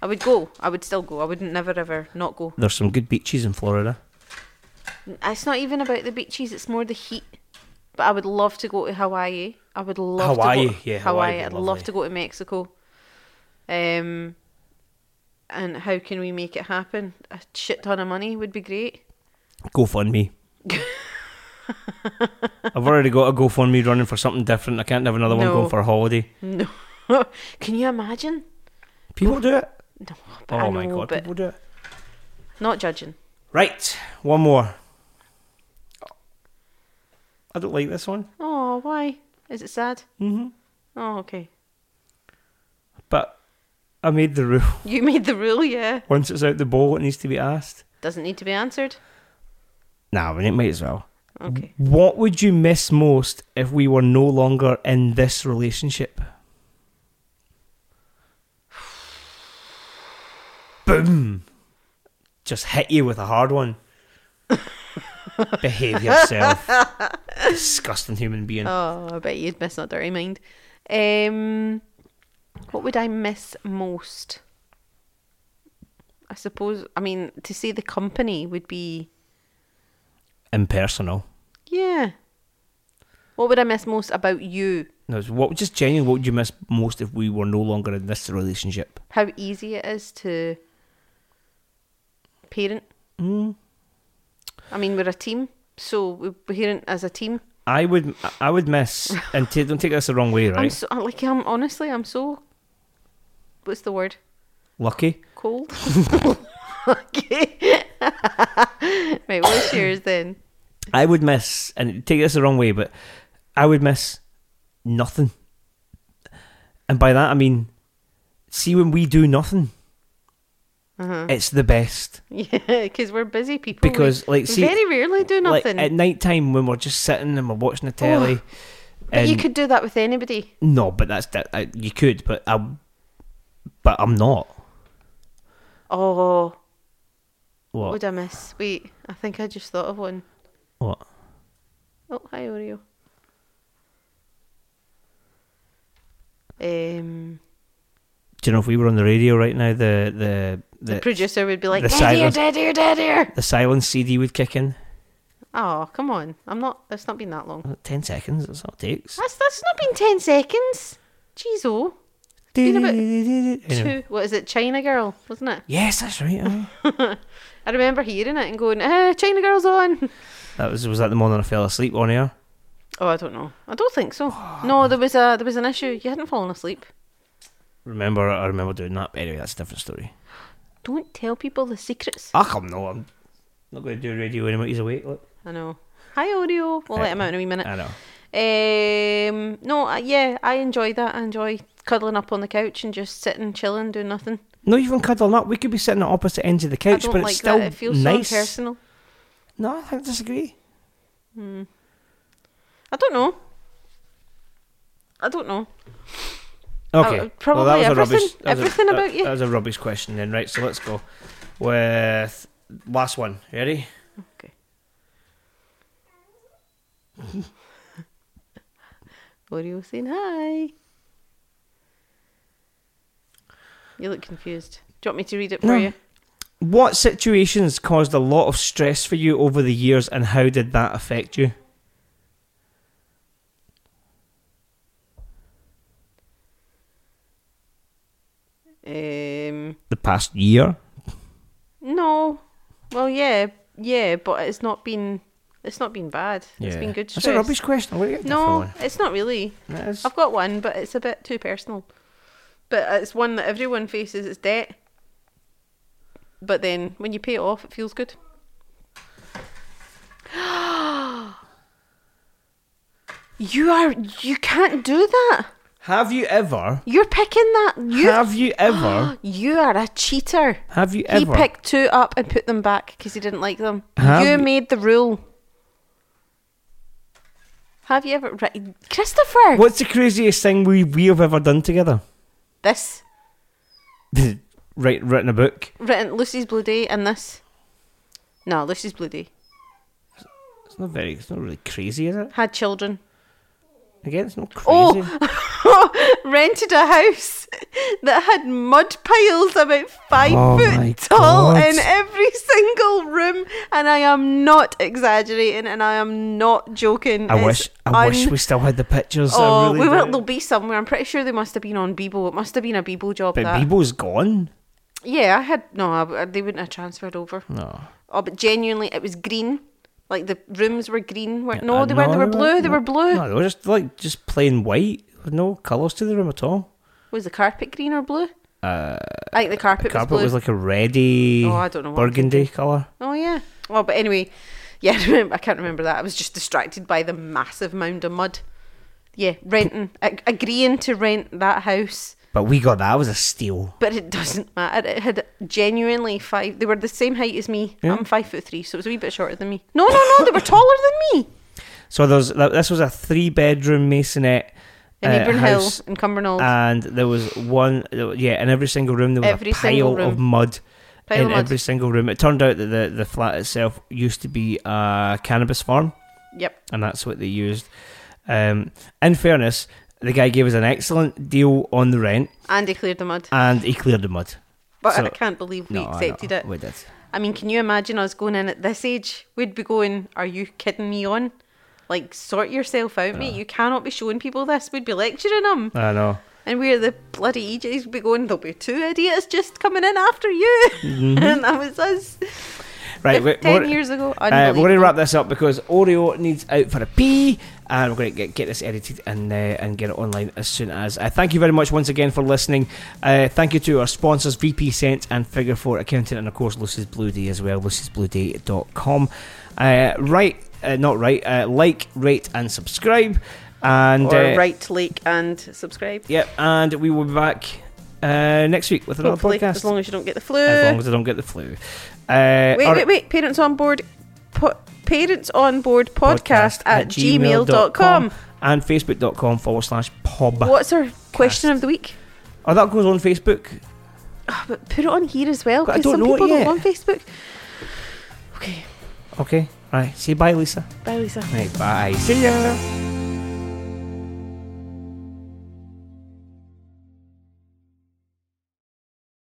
I would go. I would still go. I wouldn't never ever not go.
There's some good beaches in Florida.
It's not even about the beaches. It's more the heat. But I would love to go to Hawaii. I would love
Hawaii,
to go
yeah, Hawaii
Hawaii.
would
I'd
be
love
lovely.
to go to Mexico. Um, and how can we make it happen? A shit ton of money would be great. [LAUGHS]
GoFundMe. I've already got a GoFundMe running for something different. I can't have another one
No.
going for a holiday.
No, [LAUGHS] can you imagine?
People do it.
No, but
Oh
I know,
my god,
but
people do it.
not judging.
Right, one more. I don't like this one,
Oh, why? Is it sad? Mm-hmm. Oh, okay.
but I made the rule. [LAUGHS]
You made the rule, yeah.
Once it's out the bowl, it needs to be asked.
Doesn't need to be answered.
Nah, but it might as well.
Okay.
What would you miss most if we were no longer in this relationship? Boom! Just hit you with a hard one.
[LAUGHS]
Behave yourself. Disgusting human being.
Oh, I bet you'd miss not dirty mind. Um, what would I miss most? I suppose. I mean, to say the company would be
Impersonal.
yeah. What would I miss most about you?
No, it's what just genuinely, what would you miss most if we were no longer in this relationship?
How easy it is to parent. Mm. I mean, we're a team, so we we parent as a team.
I would, I would miss, and t- don't take this the wrong way,
I'm
right?
so I- like I'm honestly I'm so. What's the word?
Lucky. [LAUGHS]
cold. okay. Wait, what's yours then?
I would miss, and take this the wrong way, but I would miss nothing. And by that I mean, see when we do nothing,
Mm-hmm.
it's the best
Yeah, because we're busy people.
because
we
like see,
very rarely do
like,
nothing.
at night time when we're just sitting and we're watching the telly.
but you
and-
could do that with anybody.
No, but that's that. I, you could, but I, but I'm not.
Oh,
What?
what would I miss? Wait, I think I just thought of one.
what?
Oh, hi Oreo. Um,
Do you know if we were on the radio right now, the the the,
the,
the,
producer would be like,
the
"Dead
silence-
ear, dead ear, dead ear."
silence CD would kick in.
Oh, come on! I'm not. It's not been that long.
Ten seconds. That's all it takes.
That's that's not been ten seconds. Jeez, oh. been about
Anyway.
Two. What is it? China Girl, wasn't it?
Yes, that's right. aye.
I remember hearing it and going, eh, China Girl's on.
that was was that the morning I fell asleep on air.
Oh, I don't know. I don't think [SIGHS] so. No, there was a there was an issue. You hadn't fallen asleep.
Remember, I remember doing that. But anyway, that's a different story.
Don't tell people the secrets.
Ah, come no, I'm not going to do radio anymore. He's awake. Look,
I know. Hi, Oreo. We'll let him out in a wee minute.
I know.
Um, no, I, yeah, I enjoy that. I enjoy cuddling up on the couch and just sitting, chilling, doing nothing.
Not even cuddling up. We could be sitting at opposite ends of the
I
couch,
don't
but
like
it's still
that. It feels
nice.
so impersonal.
No, I disagree.
I don't know. I don't know.
Okay.
Uh, probably
well, that was
everything-
a rubbish, that was a-
everything
that-
about you.
That was a rubbish question then, right? So let's go with last one. Ready?
Okay. Oreo saying hi. You look confused. Do you want me to read it for
No.
you?
What situations caused a lot of stress for you over the years, and how did that affect you?
Um,
The past year.
no. Well, yeah, yeah, but it's not been it's not been bad. It's been good. Stress.
That's a rubbish question. I'm gonna get a different
No,
one.
it's not really.
That is-
I've got one, but it's a bit too personal. But it's one that everyone faces. It's debt. But then when you pay it off, it feels good. [GASPS] you are. You can't do that.
Have you ever?
You're picking that. You. Oh,
Have
[GASPS]
you ever?
you are a cheater.
Have you
He
ever?
picked two up and put them back because he didn't like them.
Have
you
you-
made the rule. Have you ever, right, Christopher?
What's the craziest thing we we have ever done together? [LAUGHS]
This
Write written a book.
written Lucy's Blue Day and this. No, Lucy's Blue Day.
It's not very. It's not really crazy, is it?
Had children.
Again, it's not crazy.
[LAUGHS] Oh, [LAUGHS] rented a house [LAUGHS] that had mud piles about five
Oh my
foot tall
God.
in every [LAUGHS] single room, and I am not exaggerating, and I am not joking.
I
It's
wish I wish
un-
we still had the pictures. I
Oh,
really
we will.
do.
They'll be somewhere. I'm pretty sure they must have been on Bebo. It must have been a Bebo job.
But
that.
Bebo's gone.
Yeah, I had no. I, I- they wouldn't have transferred over.
No.
Oh, but genuinely, it was green. Like the rooms were green. Were-
Yeah,
no,
uh,
they weren't. They were blue. They
no.
were blue.
No, they were just like just plain white. With no colours to the room at all.
Was the carpet green or blue? I think the carpet,
The Uh, carpet
was blue.
was like a reddy,
Oh, I don't know what I'm
burgundy colour.
Oh yeah. Oh, but anyway, yeah. [LAUGHS] I remember- I can't remember that. I was just distracted by the massive mound of mud. Yeah, renting, ag- agreeing to rent that house,
But we got that. It was a steal.
but it doesn't matter. It had genuinely five. They were the same height as me. I'm five foot three, so it was a wee bit shorter than me. No, no,
[LAUGHS]
no. They were taller than me.
So there's th- this was a three bedroom masonette. uh,
In Hebron Hill,
house, Uh,
in Cumbernauld.
and there was one yeah in every single room there was
Every
a
single
pile
room.
of mud
Pile
in
of mud.
every single room. It turned out that the the flat itself used to be a cannabis farm.
yep.
and that's what they used. Um, in fairness, the guy gave us an excellent deal on the rent,
Andy cleared the mud,
and he cleared the mud.
but
uh, so-
I can't believe we
No, I know,
accepted it.
We did.
I mean, can you imagine us going in at this age? We'd be going, "Are you kidding me on? Like, sort yourself out,
Uh.
mate. You cannot be showing people this. We'd be lecturing them,
I know.
and we're the bloody EJs. We'd be going, there'll be two idiots just coming in after you,
Mm-hmm.
[LAUGHS] and that was us.
Right, we-
ten
we're-
years ago,
Uh, we're going to
Unbelievable.
wrap this up because Oreo needs out for a pee, and we're going to get, get this edited and uh, and get it online as soon as. Uh, thank you very much once again for listening. Uh, thank you to our sponsors, VP Sense and Figure Four Accounting, and of course Lucy's Blue Day as well, lucisblueday.com. Uh, right, uh, not right. Uh, like, rate, and subscribe. And
Or
uh,
right, like, and subscribe.
Yep, and we will be back uh, next week with another
Hopefully,
podcast.
as long as you don't get the flu.
As long as I don't get the flu. Uh,
wait,
all
wait,
right,
wait. Parents on board. Po- parents on board podcast, at gmail.com.
dot com and facebook.com forward slash pub.
What's our question of the week?
Oh, that goes on Facebook.
But put it on here as well
But I
because
don't
some
know it
people don't
yet.
on Facebook. Okay,
Okay, right. Say bye, Lisa.
bye, Lisa.
Right, bye. See ya.